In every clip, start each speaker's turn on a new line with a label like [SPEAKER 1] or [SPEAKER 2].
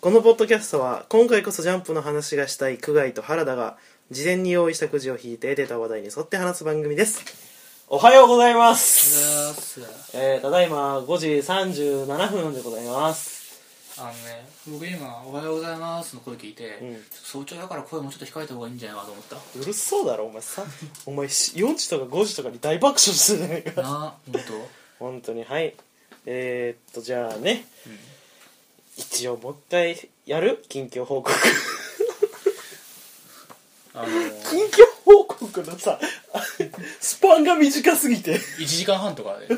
[SPEAKER 1] このポッドキャストは今回こそジャンプの話がしたい久我井と原田が事前に用意したくじを引いて出た話題に沿って話す番組ですおはようございます、えー、ただいま5時37分でございます
[SPEAKER 2] あのね僕今「おはようございます」の声聞いて、
[SPEAKER 1] うん
[SPEAKER 2] ちょっと早朝だから声もうちょっと控えた方がいいんじゃないかと思った
[SPEAKER 1] うるそうだろお前さお前し4時とか5時とかに大爆笑するじゃないか
[SPEAKER 2] なあ本当
[SPEAKER 1] 本当にはいえー、っとじゃあね、一応もう一回やる近況報告
[SPEAKER 2] あのー、
[SPEAKER 1] 近況報告のさスパンが短すぎて
[SPEAKER 2] 1時間半とかで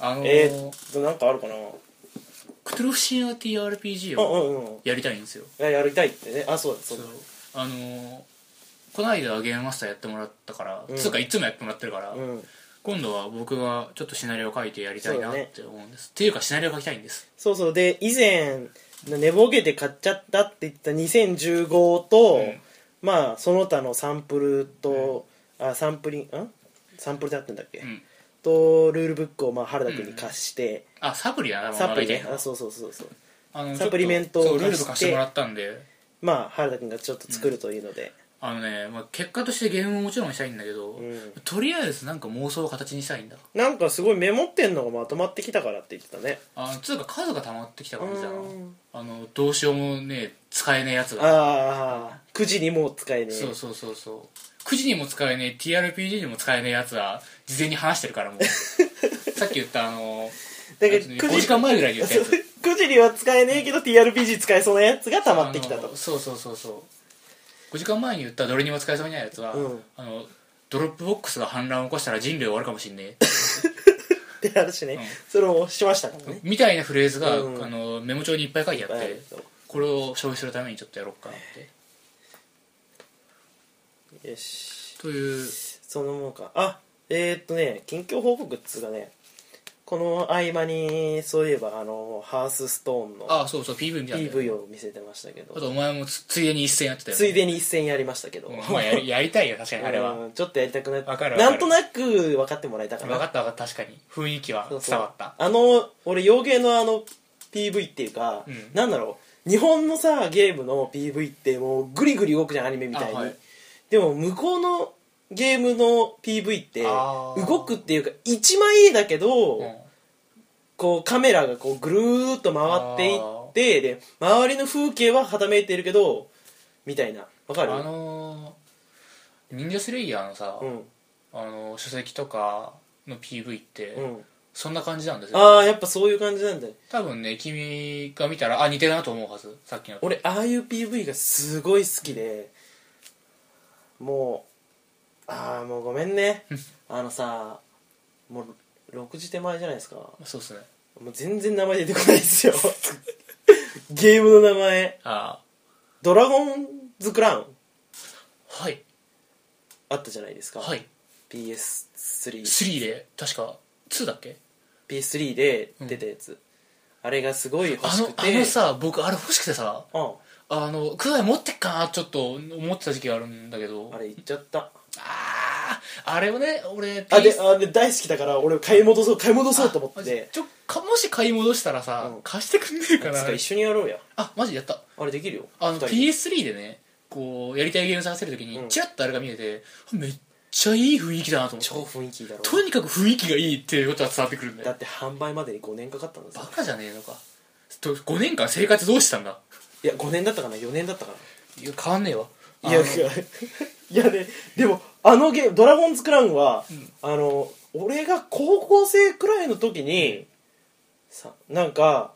[SPEAKER 2] あのー
[SPEAKER 1] えー、っとなんかあるかな
[SPEAKER 2] クトゥルフシーの TRPG
[SPEAKER 1] う
[SPEAKER 2] を
[SPEAKER 1] んうんうん
[SPEAKER 2] やりたいんですよ
[SPEAKER 1] ややりたいってねあそうだそ
[SPEAKER 2] そう
[SPEAKER 1] だ
[SPEAKER 2] あのーこの間ゲームマスターやってもらったから、
[SPEAKER 1] うん
[SPEAKER 2] つうかいつもやってもらってるから、
[SPEAKER 1] うん
[SPEAKER 2] 今度は僕がちょっとシナリオ書いてやりたいなって思うんです、っていうかシナリオ書きたいんです
[SPEAKER 1] そうそうで以前寝ぼけて買っちゃったって言った2015と、
[SPEAKER 2] うん
[SPEAKER 1] まあその他のサンプルと、あサンプリンんサンプルであってんだっけ、
[SPEAKER 2] うん
[SPEAKER 1] とルールブックをまあ原田君に貸して、
[SPEAKER 2] あサプリだな
[SPEAKER 1] サプリ
[SPEAKER 2] で
[SPEAKER 1] ねあそうそうそうそう
[SPEAKER 2] あの
[SPEAKER 1] サプリメントを
[SPEAKER 2] ちょっとそうルー
[SPEAKER 1] 貸し
[SPEAKER 2] ル
[SPEAKER 1] て
[SPEAKER 2] と貸してもらったんで
[SPEAKER 1] まあ原田君がちょっと作るというので、
[SPEAKER 2] あのね、まあ、結果としてゲームももちろんしたいんだけど、
[SPEAKER 1] ん
[SPEAKER 2] とりあえずなんか妄想を形にしたいんだ
[SPEAKER 1] なんかすごいメモってんのがまとまってきたからって言ってたね
[SPEAKER 2] あつうか数が溜まってきた感じだな
[SPEAKER 1] うん
[SPEAKER 2] あのどうしようもね使えねえやつが
[SPEAKER 1] ああ9時にもう使えねえ
[SPEAKER 2] そうそうそうそう9時にも使えねえ TRPG にも使えねえやつは事前に話してるからも うさっき言ったあの
[SPEAKER 1] だけど
[SPEAKER 2] 5
[SPEAKER 1] 9時
[SPEAKER 2] 時間前ぐら いに言ったやつ
[SPEAKER 1] 9時には使えねえけど TRPG 使えそうなやつが溜まってきた
[SPEAKER 2] あ
[SPEAKER 1] と
[SPEAKER 2] のそうそうそうそう5時間前に言ったどれにも使えそうにないやつは、
[SPEAKER 1] うん
[SPEAKER 2] あのドロップボックスが反乱を起こしたら人類終わるかもしんねえ
[SPEAKER 1] って話ね、
[SPEAKER 2] ん
[SPEAKER 1] それをしましたからね
[SPEAKER 2] みたいなフレーズが、
[SPEAKER 1] うん
[SPEAKER 2] あのメモ帳にいっぱい書いてあって、
[SPEAKER 1] はい
[SPEAKER 2] これを消費するためにちょっとやろうかなって
[SPEAKER 1] よし
[SPEAKER 2] という
[SPEAKER 1] そのもんかあえー、っとね近況報告っつうかねこの合間にそういえばあのハースストーンの
[SPEAKER 2] あそうそう PV みたいな
[SPEAKER 1] PV を見せてましたけ
[SPEAKER 2] あと
[SPEAKER 1] ど
[SPEAKER 2] お前もつついでに一戦やってたよ、ね、
[SPEAKER 1] ついでに一戦やりましたけど、
[SPEAKER 2] うん まあやりやりたいよ確かにあれは
[SPEAKER 1] うんちょっとやりたくなっ
[SPEAKER 2] わかるわかる
[SPEAKER 1] なんとなく分かってもらえたか
[SPEAKER 2] 分
[SPEAKER 1] な
[SPEAKER 2] かった分かった確かに雰囲気は
[SPEAKER 1] そうそう
[SPEAKER 2] 伝わった
[SPEAKER 1] あの俺洋芸のあの PV っていうか、
[SPEAKER 2] うん
[SPEAKER 1] なんだろう日本のさゲームの PV ってもうグリグリ動くじゃんアニメみたいに、
[SPEAKER 2] あはい
[SPEAKER 1] でも向こうのゲームの PV って
[SPEAKER 2] あー
[SPEAKER 1] 動くっていうか1枚絵だけど、
[SPEAKER 2] うん
[SPEAKER 1] こうカメラがこうぐるーっと回っていってで周りの風景ははためいてるけどみたいなわか
[SPEAKER 2] あ
[SPEAKER 1] る、
[SPEAKER 2] のー、忍者スレイヤーのさ、
[SPEAKER 1] うん
[SPEAKER 2] あのー書籍とかの PV って、
[SPEAKER 1] うん、
[SPEAKER 2] そんな感じなんですよ
[SPEAKER 1] ああやっぱそういう感じなんだよ
[SPEAKER 2] 多分ね君が見たらあ似てるなと思うはずさっきのと
[SPEAKER 1] 俺ああいう PV がすごい好きでもうああもうごめんねあのさもう6時手前じゃないですかも
[SPEAKER 2] そうっすね
[SPEAKER 1] う全然名前出てこないです よゲームの名前
[SPEAKER 2] あ
[SPEAKER 1] 「ドラゴンズ・クラウン
[SPEAKER 2] あはい」
[SPEAKER 1] あったじゃないですか、
[SPEAKER 2] はい
[SPEAKER 1] PS3PS3
[SPEAKER 2] 3で確か2だっけ
[SPEAKER 1] で出たやつ、あれがすごい欲
[SPEAKER 2] あ
[SPEAKER 1] しく
[SPEAKER 2] の
[SPEAKER 1] て
[SPEAKER 2] あのさ僕あれ欲しくてさ
[SPEAKER 1] うん
[SPEAKER 2] あのクワイ持ってっかなちょっと思ってた時期があるんだけど
[SPEAKER 1] あれ行っちゃった
[SPEAKER 2] あーあれをね俺
[SPEAKER 1] あで
[SPEAKER 2] PS
[SPEAKER 1] あで大好きだから俺買い戻そう買い戻そうと思って
[SPEAKER 2] ちょかもし買い戻したらさ、
[SPEAKER 1] うん
[SPEAKER 2] 貸してくんねえか
[SPEAKER 1] いつ
[SPEAKER 2] な
[SPEAKER 1] か一緒にやろうや
[SPEAKER 2] あマジでやった
[SPEAKER 1] あれできるよ
[SPEAKER 2] あ
[SPEAKER 1] 二人
[SPEAKER 2] の
[SPEAKER 1] で
[SPEAKER 2] PS3 でねこうやりたいゲーム探してる時
[SPEAKER 1] うん
[SPEAKER 2] にチラッとあれが見えて、めっちゃいい雰囲気だなと思
[SPEAKER 1] 超
[SPEAKER 2] って
[SPEAKER 1] 雰囲気いいだろ
[SPEAKER 2] とにかく雰囲気がいいっていうことは伝わってくるんだ
[SPEAKER 1] だ
[SPEAKER 2] よ
[SPEAKER 1] って販売までに5年かかったんです
[SPEAKER 2] バ
[SPEAKER 1] よ
[SPEAKER 2] カじゃねえのかと5年間生活どうしてたんだ
[SPEAKER 1] いや5年だったかな4年だったか
[SPEAKER 2] いや変わんねえわ
[SPEAKER 1] ないや
[SPEAKER 2] あ
[SPEAKER 1] い
[SPEAKER 2] の
[SPEAKER 1] や いやねでもあのゲーム「ドラゴンズ・クラウンは」あの俺が高校生くらいの時に、さなんか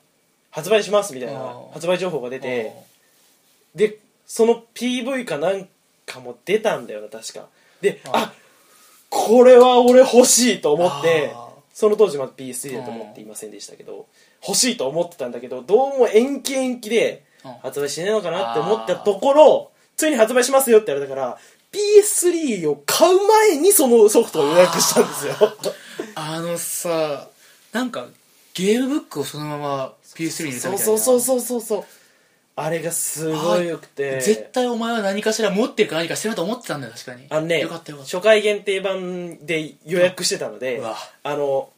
[SPEAKER 1] 発売しますみたい
[SPEAKER 2] あ
[SPEAKER 1] な
[SPEAKER 2] ー
[SPEAKER 1] 発売情報が出てでその PV かなんかも出たんだよな確かで
[SPEAKER 2] あー
[SPEAKER 1] あこれは俺欲しいと思って
[SPEAKER 2] あー
[SPEAKER 1] その当時まだ PS3 だと思っていませんでしたけど欲しいと思ってたんだけどどうも延期延期で
[SPEAKER 2] うん
[SPEAKER 1] 発売しねえのかなって思ったところついに発売しますよって言われたから PS3 を買う前にそのソフトを予約したんですよ
[SPEAKER 2] あのさなんかゲームブックをそのまま PS3 に入れた
[SPEAKER 1] そ
[SPEAKER 2] み
[SPEAKER 1] う
[SPEAKER 2] たいな
[SPEAKER 1] そうそうそうそうそうあれがすごいよくて
[SPEAKER 2] 絶対お前は何かしら持ってるか何かしてると思ってたんだよ確かに
[SPEAKER 1] あのね
[SPEAKER 2] よかったよかった
[SPEAKER 1] 初回限定版で予約してたので
[SPEAKER 2] うわ
[SPEAKER 1] あの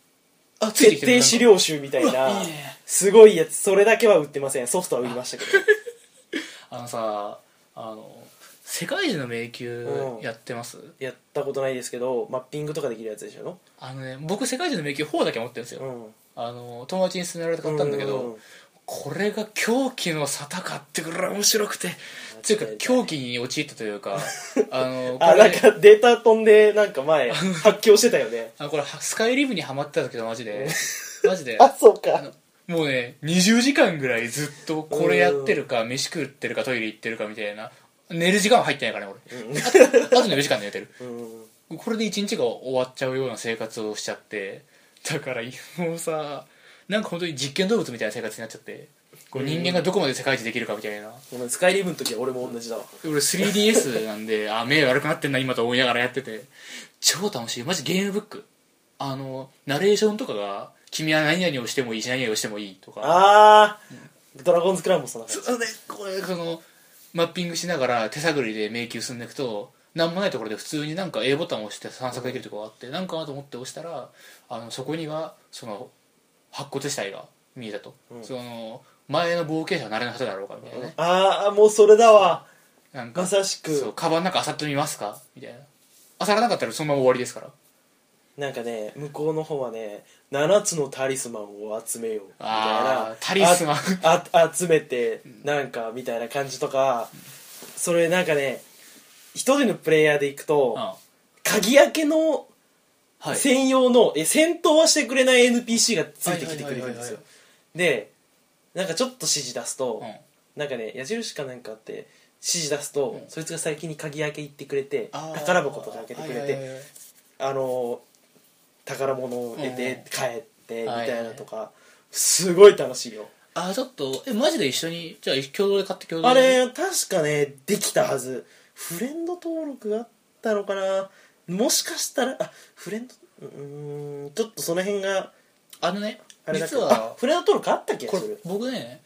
[SPEAKER 2] あついて
[SPEAKER 1] 設
[SPEAKER 2] きてる
[SPEAKER 1] 定資料集みたい
[SPEAKER 2] なんかう
[SPEAKER 1] な
[SPEAKER 2] わいいね
[SPEAKER 1] すごいやつそれだけは売ってませんソフトは売りま したけ
[SPEAKER 2] あのさあの世界中の迷宮やってます、
[SPEAKER 1] どやったことないですけどマッピングとかできるやつでしょ
[SPEAKER 2] あのね僕世界中の迷宮4だけ持ってるんですよ、
[SPEAKER 1] うん
[SPEAKER 2] あの友達に勧められて買ったんだけど、
[SPEAKER 1] う
[SPEAKER 2] これが狂気の沙汰かってくらい面白くてっていうか狂気に陥ったとい うかあのこ
[SPEAKER 1] あなん
[SPEAKER 2] れ
[SPEAKER 1] かデータ飛んでなんか 前発狂してたよね
[SPEAKER 2] あのこれスカイリブにハマってたけどマジでマジで
[SPEAKER 1] あそう
[SPEAKER 2] あ
[SPEAKER 1] か
[SPEAKER 2] のもうね20時間ぐらいずっとこれやってるか飯食ってるかトイレ行ってるかみたいな寝る時間は入ってないからね俺あとあと4時間寝てる
[SPEAKER 1] うん
[SPEAKER 2] これで1日が終わっちゃうような生活をしちゃってだからもうさなんか本当に実験動物みたいな生活になっちゃってこう人間がどこまで世界一できるかみたいな、
[SPEAKER 1] ごめんスカイリブの時は俺も同じだわ
[SPEAKER 2] 俺 3DS なんであ目悪くなってんな今と思いながらやってて超楽しいマジゲームブックあのナレーションとかが「君は何々をしてもいいし何々をしてもいい」とか
[SPEAKER 1] あードラゴンズクランもそんな感じ
[SPEAKER 2] そうねこれそのマッピングしながら手探りで迷宮進んでいくと何もないところで普通になんか A ボタンを押して散策できるとこがあってなんかなと思って押したらあのそこにはその白骨死体が見えたと、
[SPEAKER 1] ん
[SPEAKER 2] その前の冒険者はなれの果てだろうかみたいなね、
[SPEAKER 1] ああもうそれだわ
[SPEAKER 2] なんか
[SPEAKER 1] まさし
[SPEAKER 2] そ
[SPEAKER 1] く
[SPEAKER 2] うカバンなんか漁ってみますかみたいな漁らなかったらそのまま終わりですから
[SPEAKER 1] なんかね向こうの方はね7つのタリスマンを集めようみたい
[SPEAKER 2] あ
[SPEAKER 1] な
[SPEAKER 2] ータリスマン
[SPEAKER 1] ああ集めてなんかみたいな感じとかそれなんかね一人のプレイヤーで行くと
[SPEAKER 2] あ
[SPEAKER 1] 鍵開けの
[SPEAKER 2] はい
[SPEAKER 1] 専用の、え戦闘はしてくれない NPC がついてきてくれるんですよ
[SPEAKER 2] は
[SPEAKER 1] でなんかちょっと指示出すと、
[SPEAKER 2] うん
[SPEAKER 1] なんかね矢印かなんかあって指示出すと、
[SPEAKER 2] うん
[SPEAKER 1] そいつが最近に鍵開け行ってくれて
[SPEAKER 2] あー
[SPEAKER 1] 宝箱とか開けてくれて、
[SPEAKER 2] はいはいはい
[SPEAKER 1] あの宝物を得
[SPEAKER 2] うん
[SPEAKER 1] て帰ってみたいなとか、すごい楽しいよ
[SPEAKER 2] あーちょっとえマジで一緒にじゃあ共同で買って共同
[SPEAKER 1] あ
[SPEAKER 2] で
[SPEAKER 1] れ確かねできたはずフレンド登録があったのかなもしかしたらあフレンドうーんちょっとその辺が
[SPEAKER 2] あのね
[SPEAKER 1] あれだけ
[SPEAKER 2] 実
[SPEAKER 1] どあ
[SPEAKER 2] は
[SPEAKER 1] フレンド登録あった気が
[SPEAKER 2] こ
[SPEAKER 1] す
[SPEAKER 2] れ
[SPEAKER 1] る
[SPEAKER 2] 僕ね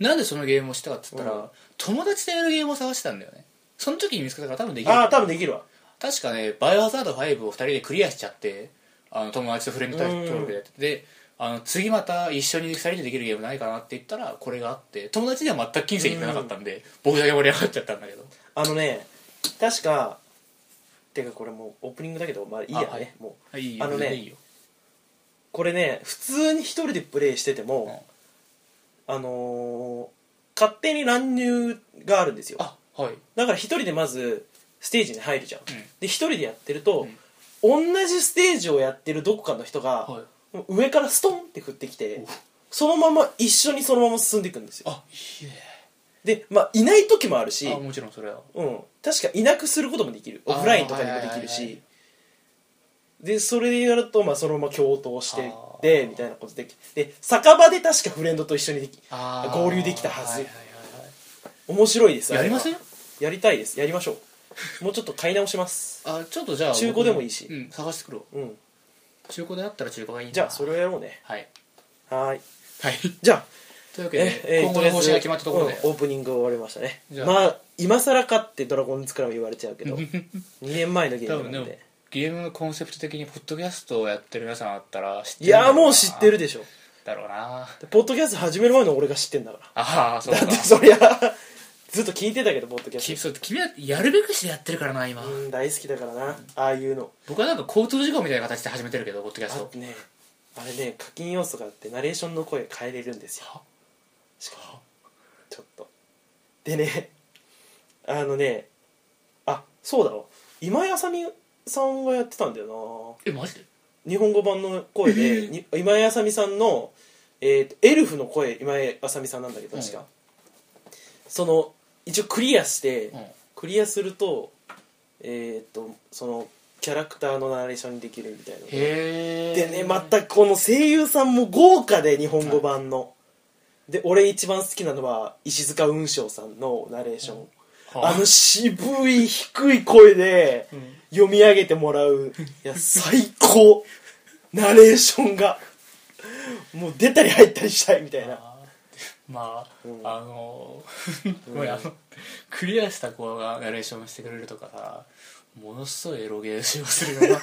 [SPEAKER 2] なんでそのゲームをしたかって言ったら、
[SPEAKER 1] うん
[SPEAKER 2] 友達でやるゲームを探してたんだよねその時に見つけたから多分できる
[SPEAKER 1] ああ多分できるわ
[SPEAKER 2] 確かね「バイオハザード5」を2人でクリアしちゃってあの友達とフレンド登録でやっててであの次また一緒に2人でできるゲームないかなって言ったらこれがあって友達では全く金銭いかなかったんで、僕だけ盛り上がっちゃったんだけど
[SPEAKER 1] あのね確かてかこれもうオープニングだけどまあいいやね、
[SPEAKER 2] あはい
[SPEAKER 1] もう
[SPEAKER 2] いいよ
[SPEAKER 1] あのね
[SPEAKER 2] 全然いいよ
[SPEAKER 1] これね普通に一人でプレイしてても、あのー勝手に乱入があるんですよ
[SPEAKER 2] あはい
[SPEAKER 1] だから一人でまずステージに入るじゃん、
[SPEAKER 2] ん
[SPEAKER 1] で一人でやってると、同じステージをやってるどこかの人が、
[SPEAKER 2] はい
[SPEAKER 1] もう上からストンって降ってきてそのまま一緒にそのまま進んでいくんですよ
[SPEAKER 2] あいいね
[SPEAKER 1] でまあいない時もあるし
[SPEAKER 2] あもちろんそれは
[SPEAKER 1] うん、確かいなくすることもできる
[SPEAKER 2] あ
[SPEAKER 1] オ
[SPEAKER 2] ー
[SPEAKER 1] フラインとかにもできる
[SPEAKER 2] はいはいは
[SPEAKER 1] しでそれでやると、まあ、そのまま共闘して
[SPEAKER 2] あ
[SPEAKER 1] で
[SPEAKER 2] ー
[SPEAKER 1] みたいなことできで酒場で確かフレンドと一緒にでき
[SPEAKER 2] あー
[SPEAKER 1] 合流できたはず
[SPEAKER 2] いはいはいはい
[SPEAKER 1] 面白いですあ
[SPEAKER 2] や
[SPEAKER 1] れ
[SPEAKER 2] り
[SPEAKER 1] は
[SPEAKER 2] ません
[SPEAKER 1] やりたいですやりましょ うもうちょっと買い直します
[SPEAKER 2] あちょっとじゃあ
[SPEAKER 1] 中古でもいいし
[SPEAKER 2] うん、探してくるわ
[SPEAKER 1] うん
[SPEAKER 2] 中古であったら中古がいいな
[SPEAKER 1] じゃあそれをやろうね
[SPEAKER 2] はい
[SPEAKER 1] はーい
[SPEAKER 2] はい
[SPEAKER 1] じゃあ
[SPEAKER 2] というわけで、今後
[SPEAKER 1] とりあえ
[SPEAKER 2] の
[SPEAKER 1] ず
[SPEAKER 2] 方針が決まったところで、
[SPEAKER 1] うんオープニングが終わりましたね
[SPEAKER 2] じゃあ
[SPEAKER 1] まあ今更かって「ドラゴンズクラブ」言われちゃうけ ど2年前のゲ
[SPEAKER 2] 多
[SPEAKER 1] ーム
[SPEAKER 2] 分
[SPEAKER 1] な
[SPEAKER 2] で
[SPEAKER 1] ん
[SPEAKER 2] も
[SPEAKER 1] で
[SPEAKER 2] ゲームのコンセプト的にポッドキャストをやってる皆さんだったら知って
[SPEAKER 1] い
[SPEAKER 2] るんだろ
[SPEAKER 1] やー
[SPEAKER 2] な
[SPEAKER 1] もう知ってるでしょ
[SPEAKER 2] だろうな
[SPEAKER 1] ポッドキャスト始める前の俺が知ってんだから
[SPEAKER 2] ああそう
[SPEAKER 1] だ
[SPEAKER 2] か
[SPEAKER 1] ってそりゃずっと聞いてたけどポッドキャ
[SPEAKER 2] き
[SPEAKER 1] ス
[SPEAKER 2] そう君はやるべくしてやってるからな今、
[SPEAKER 1] トうん大好きだからなああいうの
[SPEAKER 2] 僕はなんか交通事故みたいな形で始めてるけどポッドキャス
[SPEAKER 1] あ
[SPEAKER 2] ト
[SPEAKER 1] とねあれね課金要素があってナレーションの声変えれるんですよ
[SPEAKER 2] は
[SPEAKER 1] しかもちょっとでねあのねあそうだわ今井あさみさんがやってたんだよ
[SPEAKER 2] えマジで
[SPEAKER 1] な日本語版の声でに今井あさみさんの、えーとエルフの声今井あさみさんなんだけど確か、
[SPEAKER 2] うん
[SPEAKER 1] その一応クリアして、
[SPEAKER 2] うん
[SPEAKER 1] クリアするとえっ、とそのキャラクターのナレーションにできるみたいな
[SPEAKER 2] へえ
[SPEAKER 1] でねまたこの声優さんも豪華で日本語版の、で俺一番好きなのは石塚雲翔さんのナレーション、あの渋い低い声で
[SPEAKER 2] ん
[SPEAKER 1] 読み上げてもらういや最高ナレーションがもう出たり入ったりしたいみたいな
[SPEAKER 2] あーまあ、
[SPEAKER 1] うん
[SPEAKER 2] あのー ごめんあのクリアした子がナレーションしてくれるとかさものすごいエロゲーをするよな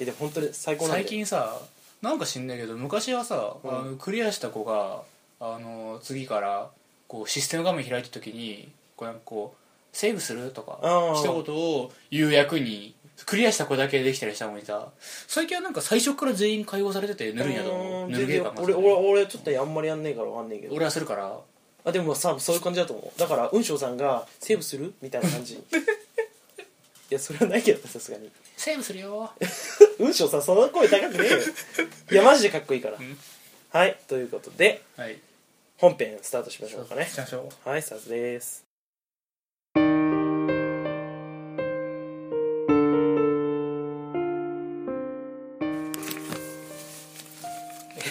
[SPEAKER 1] えでも本当に最高なんで
[SPEAKER 2] 最近さなんか知んないけど昔はさ、あのクリアした子があの次からこうシステム画面開いた時にこうなんかこうセーブするとか
[SPEAKER 1] うん
[SPEAKER 2] 一言を言う役にクリアした子だけできたりしたもんいた最近はなんか最初から全員解放されててぬるいんやと思うぬるゲー感がす
[SPEAKER 1] 俺
[SPEAKER 2] る
[SPEAKER 1] 俺俺ちょっとあんまりやんねえからわかんねえけど
[SPEAKER 2] 俺はするから
[SPEAKER 1] あでもさそういう感じだと思うだから雲翔さんが「セーブする?」みたいな感 じいやそれはないけどさすがに
[SPEAKER 2] セーブするよ
[SPEAKER 1] 雲翔さんその声高くねえよいやマジでかっこいいから
[SPEAKER 2] ん
[SPEAKER 1] はいということで
[SPEAKER 2] はい
[SPEAKER 1] 本編スタートしましょうかね
[SPEAKER 2] しましょ
[SPEAKER 1] はいスタートです
[SPEAKER 2] う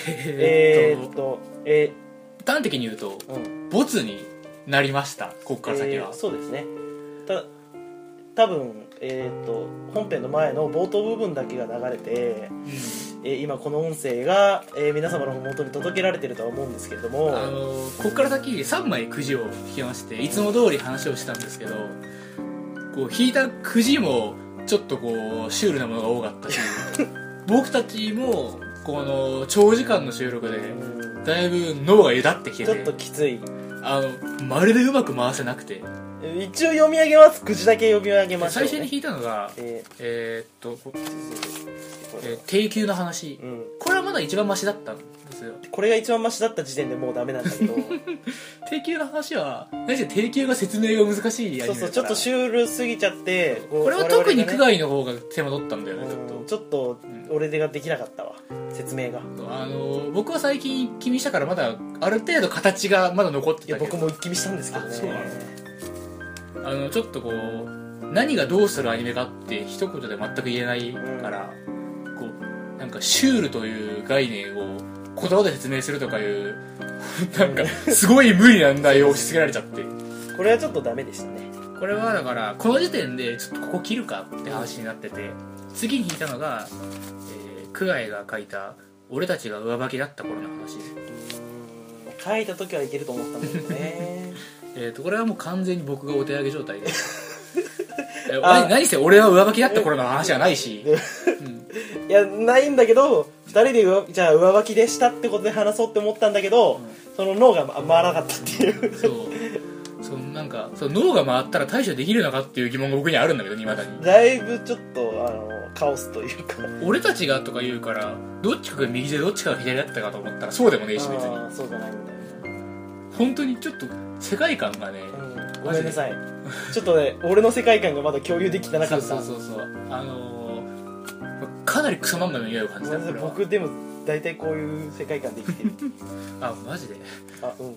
[SPEAKER 1] え
[SPEAKER 2] え
[SPEAKER 1] ー
[SPEAKER 2] ー
[SPEAKER 1] っ
[SPEAKER 2] っ
[SPEAKER 1] とえ
[SPEAKER 2] と端的に言うと
[SPEAKER 1] ーうん
[SPEAKER 2] ボツになりましたこっから先は、
[SPEAKER 1] えーそうですねた多分えーっと本編の前の冒頭部分だけが流れてえー今この音声が、えー皆様の元に届けられてるとは思うんですけれども
[SPEAKER 2] あのここから先3枚くじを引きましていつも通り話をしたんですけどこう引いたくじもちょっとこうシュールなものが多かったし 僕たちもこの長時間の収録で
[SPEAKER 1] うん
[SPEAKER 2] だいぶ脳がゆだってきて
[SPEAKER 1] ちょってときつい
[SPEAKER 2] あのまるでうまく回せなくて
[SPEAKER 1] 一応読み上げますくじだけ読み上げましょう、
[SPEAKER 2] 最
[SPEAKER 1] ね、
[SPEAKER 2] 初に引いたのが
[SPEAKER 1] え
[SPEAKER 2] えーっと、
[SPEAKER 1] ーこれ
[SPEAKER 2] えー定休の話
[SPEAKER 1] うん、
[SPEAKER 2] これはまだ一番マシだったんですよ
[SPEAKER 1] これが一番マシだった時点でもうダメなんだけ ど
[SPEAKER 2] 定休の話は何せ定休が説明が難しいアニメだ
[SPEAKER 1] そう
[SPEAKER 2] か
[SPEAKER 1] そ
[SPEAKER 2] ら
[SPEAKER 1] うちょっとシュールすぎちゃって
[SPEAKER 2] これは特に
[SPEAKER 1] 我
[SPEAKER 2] 区
[SPEAKER 1] 々がね
[SPEAKER 2] 外の方が手間取ったんだよねちょっ
[SPEAKER 1] うん
[SPEAKER 2] と
[SPEAKER 1] ちょっと
[SPEAKER 2] ん
[SPEAKER 1] 俺ができなかったわ説明が
[SPEAKER 2] あの僕は最近気にしたからまだある程度形がまだ残って
[SPEAKER 1] いや
[SPEAKER 2] たけ
[SPEAKER 1] 僕
[SPEAKER 2] ど
[SPEAKER 1] も一気見したんですけどね
[SPEAKER 2] あそうなのあのちょっとこう何がどうするアニメかって一言で全く言えないから、こうなんかシュールという概念を言葉で説明するとかいうなんかすごい無理な内容を押し付けられちゃって
[SPEAKER 1] これはちょっとダメでしたね
[SPEAKER 2] これはだからこの時点でちょっとここ切るかって話になってて次に引いたのが、えー、クガイが書いた「俺たちが上履きだった頃の話
[SPEAKER 1] うーん書いた時はいけると思ったんだけどね」
[SPEAKER 2] えー、とこれはもう完全に僕がお手上げ状態でえ
[SPEAKER 1] あ
[SPEAKER 2] 俺何せ俺は上履きだった頃の話はないし、うん
[SPEAKER 1] いやないんだけど2人で上じゃあ上履きでしたってことで話そうって思ったんだけど、その脳が回らなかったっていう
[SPEAKER 2] そうそのなんかその脳が回ったら対処できるのかっていう疑問が僕にはあるんだけどいまだに
[SPEAKER 1] だいぶちょっとあのカオスというか
[SPEAKER 2] 俺たちがとか言うからどっちかが右でどっちかが左だったかと思ったらそうでもねえし別に
[SPEAKER 1] あーそうじゃないんだよ
[SPEAKER 2] 本当にちょっと世界観がね、
[SPEAKER 1] な、うん、ごめんなさいちょっとね俺の世界観がまだ共有できてなか
[SPEAKER 2] そ
[SPEAKER 1] っ
[SPEAKER 2] う
[SPEAKER 1] た
[SPEAKER 2] そうそうそうあのーかなりクソ漫画の匂いを感じ
[SPEAKER 1] ごめんな
[SPEAKER 2] た
[SPEAKER 1] さい
[SPEAKER 2] これは
[SPEAKER 1] 僕でも大体こういう世界観で生きてる
[SPEAKER 2] あマジで
[SPEAKER 1] あうん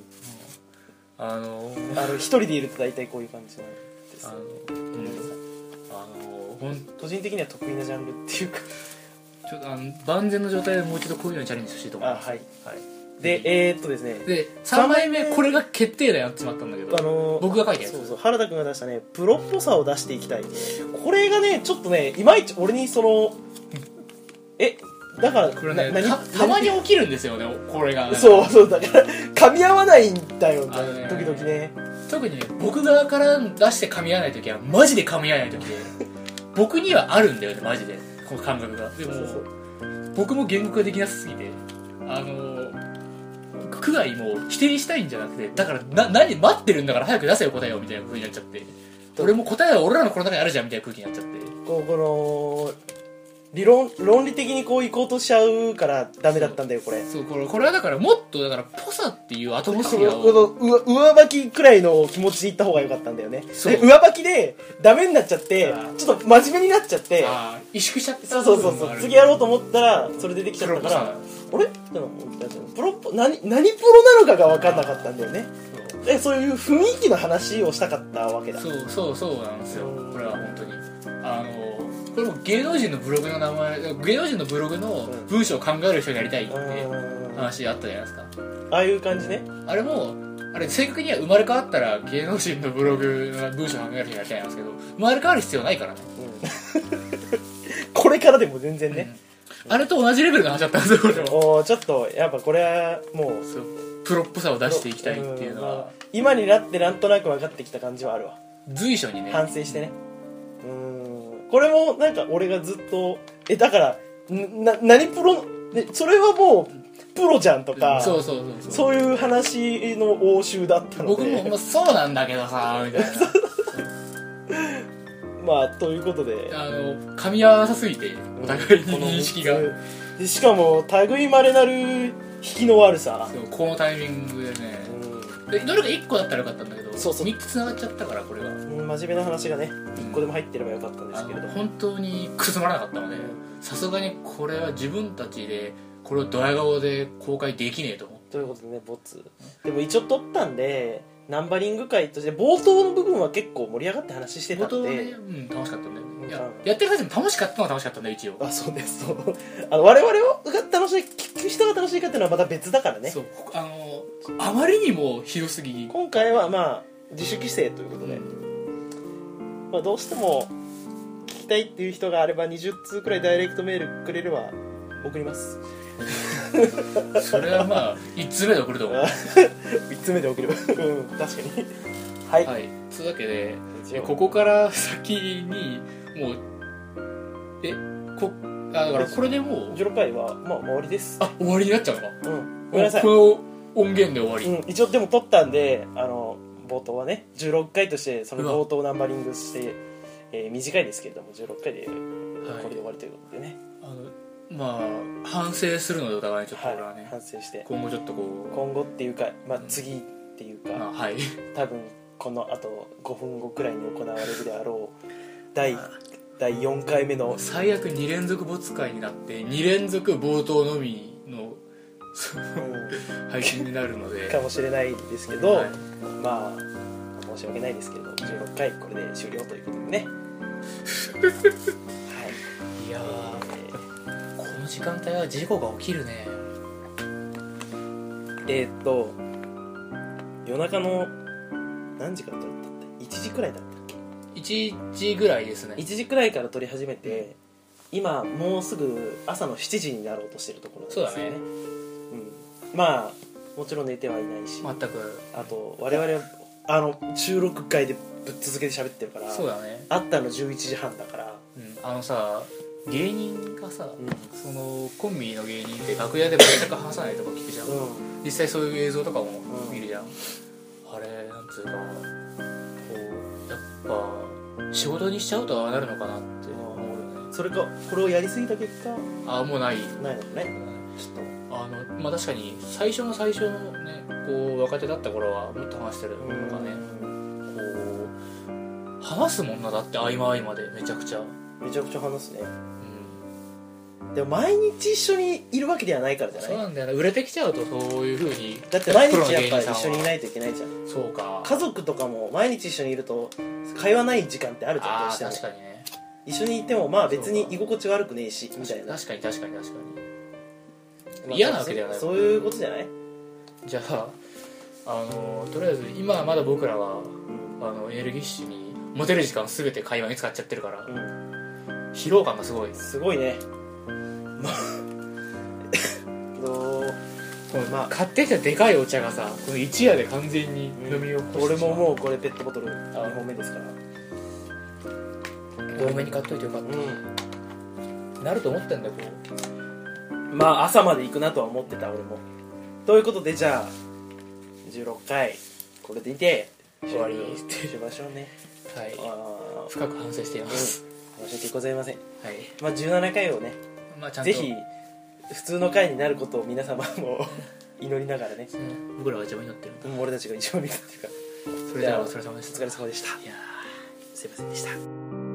[SPEAKER 2] あのー
[SPEAKER 1] あの一人でいると大体こういう感じなんです
[SPEAKER 2] あの
[SPEAKER 1] ごめんなさい
[SPEAKER 2] あのーほん
[SPEAKER 1] 個人的には得意なジャンルっていうか
[SPEAKER 2] ちょっとあの万全の状態でもう一度こういうのにチャレンジしてほしいと思い
[SPEAKER 1] あ
[SPEAKER 2] ます
[SPEAKER 1] はいはいでえー、っとですね
[SPEAKER 2] で3枚目これが決定打になってしまったんだけど
[SPEAKER 1] あのー
[SPEAKER 2] 僕が書いたやつ
[SPEAKER 1] そうそう原田君が出したねプロっぽさを出していきたいこれがねちょっとねいまいち俺にそ のえだから
[SPEAKER 2] これね
[SPEAKER 1] な
[SPEAKER 2] た
[SPEAKER 1] 何
[SPEAKER 2] たまに起きるんですよねこれが
[SPEAKER 1] そうそうだから噛み合わないんだよ
[SPEAKER 2] あのね
[SPEAKER 1] 時々ね
[SPEAKER 2] 特にね僕側から出して噛み合わない時はマジで噛み合わない時で僕にはあるんだよねマジでこの感覚がでも
[SPEAKER 1] そうそう
[SPEAKER 2] 僕も言語ができなさすぎてあの区外も否定したいんじゃなくてだからな何待ってるんだから早く出せよ答えをみたいな風になっちゃって俺も答えは俺らのこの中にあるじゃんみたいな空気になっちゃって
[SPEAKER 1] こうこの理論論理的にこう行こうとしちゃうからダメだったんだよこれ
[SPEAKER 2] そうこれこれはだからもっとだからポサっていうアト
[SPEAKER 1] こ
[SPEAKER 2] モ
[SPEAKER 1] の
[SPEAKER 2] スフィア
[SPEAKER 1] こ
[SPEAKER 2] を
[SPEAKER 1] の上上履きくらいの気持ちで行った方が良かったんだよねで
[SPEAKER 2] そう
[SPEAKER 1] 上履きでダメになっちゃって
[SPEAKER 2] あー
[SPEAKER 1] ちょっと真面目になっちゃって
[SPEAKER 2] あー萎縮しちゃって
[SPEAKER 1] そうそうそうそう次やろうと思ったらそれでできちゃったから
[SPEAKER 2] プロ
[SPEAKER 1] あれってのも思ったじゃんプロポ何何プロなのかが分かんなかったんだよねでそういう雰囲気の話をしたかったわけだ
[SPEAKER 2] そうそうそうそうなんですよこれは本当にあのこれも芸能人のブログの名前芸能人のブログの文章を考える人になりたいって
[SPEAKER 1] うんあ
[SPEAKER 2] 話あったじゃないですか
[SPEAKER 1] あいう感じね
[SPEAKER 2] あれもあれ正確には生まれ変わったら芸能人のブログの文章考える人になりたいんですけど生まれ変わる必要ないからね
[SPEAKER 1] これからでも全然ね、
[SPEAKER 2] うんあれと同じレベルの話だったんですよこれも
[SPEAKER 1] おーちょっとやっぱこれはもう
[SPEAKER 2] そうプロっぽさを出していきたいっていうの
[SPEAKER 1] んま
[SPEAKER 2] は
[SPEAKER 1] あ今になってなんとなく分かってきた感じはあるわ
[SPEAKER 2] 随所にね
[SPEAKER 1] 反省してねうーんこれもなんか俺がずっとえだからんな何プロね、それはもうプロじゃんとか、
[SPEAKER 2] そうそうそうそう
[SPEAKER 1] そういう話の応酬だったので
[SPEAKER 2] 僕も、まあ、そうなんだけどさみたい
[SPEAKER 1] まあということで
[SPEAKER 2] なあの噛み合わなさすぎてお互いに
[SPEAKER 1] この
[SPEAKER 2] 認識が
[SPEAKER 1] 三つでしかも類まれなる引きの悪さ、
[SPEAKER 2] そうこのタイミングでね
[SPEAKER 1] う
[SPEAKER 2] でどれか1個だったらよかったんだけど
[SPEAKER 1] そうそう
[SPEAKER 2] 3つつながっちゃったからこれが
[SPEAKER 1] ん、真面目な話がね一個でも入ってればよかったんで
[SPEAKER 2] あ
[SPEAKER 1] すけれど
[SPEAKER 2] の
[SPEAKER 1] も
[SPEAKER 2] 本当にくすまらなかったのでさすがにこれは自分たちでこれをドヤ顔で公開できねえと思
[SPEAKER 1] ということでねボツでも一応撮ったんでナンバリング会として冒頭の部分は結構盛り上がって話して
[SPEAKER 2] て
[SPEAKER 1] たん
[SPEAKER 2] 本当はね、
[SPEAKER 1] で
[SPEAKER 2] うん、楽しかったんだよねいや
[SPEAKER 1] うん
[SPEAKER 2] やってる最中も楽しかったのは楽しかったんだよ一応
[SPEAKER 1] あそうですそうあの我々が楽しい聞く人が楽しいかっていうのはまた別だからね
[SPEAKER 2] そうほあのあまりにもひどすぎ
[SPEAKER 1] 今回はまあ自主規制ということで、まあ、どうしても聞きたいっていう人があれば20通くらいダイレクトメールくれれば送り ます
[SPEAKER 2] それはま あ1つ目で送ると思う、
[SPEAKER 1] 3つ目で送 るうん確かにはい、
[SPEAKER 2] はい、そういうわけで
[SPEAKER 1] 一
[SPEAKER 2] で
[SPEAKER 1] 応
[SPEAKER 2] ここから先にもうえこあだからこれでもう
[SPEAKER 1] 16回はまあ終わりです
[SPEAKER 2] あ終わりになっちゃうのか
[SPEAKER 1] うんごめんなさい
[SPEAKER 2] この音源で終わり、
[SPEAKER 1] うん、一応でも撮ったんであの冒頭はね16回としてその冒頭をナンバリングして、えー短いですけれども16回でこ
[SPEAKER 2] はい
[SPEAKER 1] れで終わりということでね、
[SPEAKER 2] あのまあ反省するのでお互いにちょっと
[SPEAKER 1] はい
[SPEAKER 2] 俺はね、
[SPEAKER 1] 反省して
[SPEAKER 2] 今後ちょっとこ
[SPEAKER 1] 今後っていうか、まあ
[SPEAKER 2] う、ん
[SPEAKER 1] 次っていう
[SPEAKER 2] う、ま
[SPEAKER 1] か、
[SPEAKER 2] あ、はい
[SPEAKER 1] 多分このあと5分後くらいに行われるであろ う第第4回目の
[SPEAKER 2] 最悪2連続没会になって2連続冒頭のみのその
[SPEAKER 1] うん
[SPEAKER 2] 配信になるので
[SPEAKER 1] かもしれないですけど、
[SPEAKER 2] はい
[SPEAKER 1] まあ申し訳ないですけれど16回これで終了ということでねはい
[SPEAKER 2] いや
[SPEAKER 1] えー
[SPEAKER 2] ーこの時間帯は事故が起きるね
[SPEAKER 1] えーっと夜中の何時から撮ったんだ1時くらいだったっ
[SPEAKER 2] 1時ぐらいですね
[SPEAKER 1] け1時くらいから撮り始めて今もうすぐ朝の7時になろうとしてるところなんですよね
[SPEAKER 2] そうだね
[SPEAKER 1] うん、まあもちろん寝てはいないし、
[SPEAKER 2] 全く
[SPEAKER 1] あと我々はあの収録会でぶっ続けて喋ってるから
[SPEAKER 2] そうだね、
[SPEAKER 1] あったの11時半だから、
[SPEAKER 2] うん、あのさ芸人がさ、
[SPEAKER 1] うん
[SPEAKER 2] そのコンビの芸人って楽屋で全く話さないとか聞くじゃん、
[SPEAKER 1] う
[SPEAKER 2] 実際そういう映像とかも
[SPEAKER 1] うん
[SPEAKER 2] 見るじゃん、あれなんつうかこうやっぱ仕事にしちゃうとああなるのかなって思うよね
[SPEAKER 1] ん、それかこれをやりすぎた結果
[SPEAKER 2] ああもうない
[SPEAKER 1] ないのかねちょっと
[SPEAKER 2] あのまあ確かに最初の最初のねこう若手だった頃はもっと話してるのがね、こう話すもんなだって合間合間でめちゃくちゃ、うん、
[SPEAKER 1] めちゃくちゃ話すねでも毎日一緒にいるわけではないからじゃない
[SPEAKER 2] そうなんだよね売れてきちゃうとそういうふうに
[SPEAKER 1] だって毎
[SPEAKER 2] プロの
[SPEAKER 1] 日やっ
[SPEAKER 2] 芸
[SPEAKER 1] ぱ
[SPEAKER 2] 人さんは
[SPEAKER 1] 一緒にいないといけないじゃん
[SPEAKER 2] そうか
[SPEAKER 1] 家族とかも毎日一緒にいると会話ない時間ってあるじゃんどう
[SPEAKER 2] あ
[SPEAKER 1] し
[SPEAKER 2] あ
[SPEAKER 1] ても
[SPEAKER 2] 確かにね
[SPEAKER 1] 一緒にいてもまあ別に
[SPEAKER 2] そうか
[SPEAKER 1] 居心地悪くねえしみたいな
[SPEAKER 2] 確かに確かに確かに
[SPEAKER 1] まあ
[SPEAKER 2] 嫌なわけではない
[SPEAKER 1] そうそういうことじゃない
[SPEAKER 2] じゃああのとりあえず今はまだ僕らはあのエネルギッシュに持てる時間全て会話に使っちゃってるから
[SPEAKER 1] うん、うん
[SPEAKER 2] 疲労感がすごいです
[SPEAKER 1] すごいね まあえっとまあ
[SPEAKER 2] 買ってきたでかいお茶がさこの一夜で完全に飲みを
[SPEAKER 1] 俺も
[SPEAKER 2] う
[SPEAKER 1] もうこれペットボトル2本目ですから
[SPEAKER 2] 多めに買っといてよかった、
[SPEAKER 1] う
[SPEAKER 2] なると思ったんだよこ
[SPEAKER 1] んまあ朝まで行くなとは思ってた俺もということでじゃあ16回これでいて
[SPEAKER 2] 終わり
[SPEAKER 1] 終了しましょうね
[SPEAKER 2] うはい
[SPEAKER 1] ああ
[SPEAKER 2] 深く反省しています、
[SPEAKER 1] 申し訳ございません、
[SPEAKER 2] はい
[SPEAKER 1] まあ、17回をね
[SPEAKER 2] まあちゃんと
[SPEAKER 1] ぜひ普通の回になることを皆様も 祈りながらね
[SPEAKER 2] うん僕らが一番祈ってるんだ
[SPEAKER 1] もう俺たちが一番見たっていうか
[SPEAKER 2] それではお疲れ様でし
[SPEAKER 1] お
[SPEAKER 2] た
[SPEAKER 1] 疲れ様でした
[SPEAKER 2] いやー
[SPEAKER 1] すいませんでした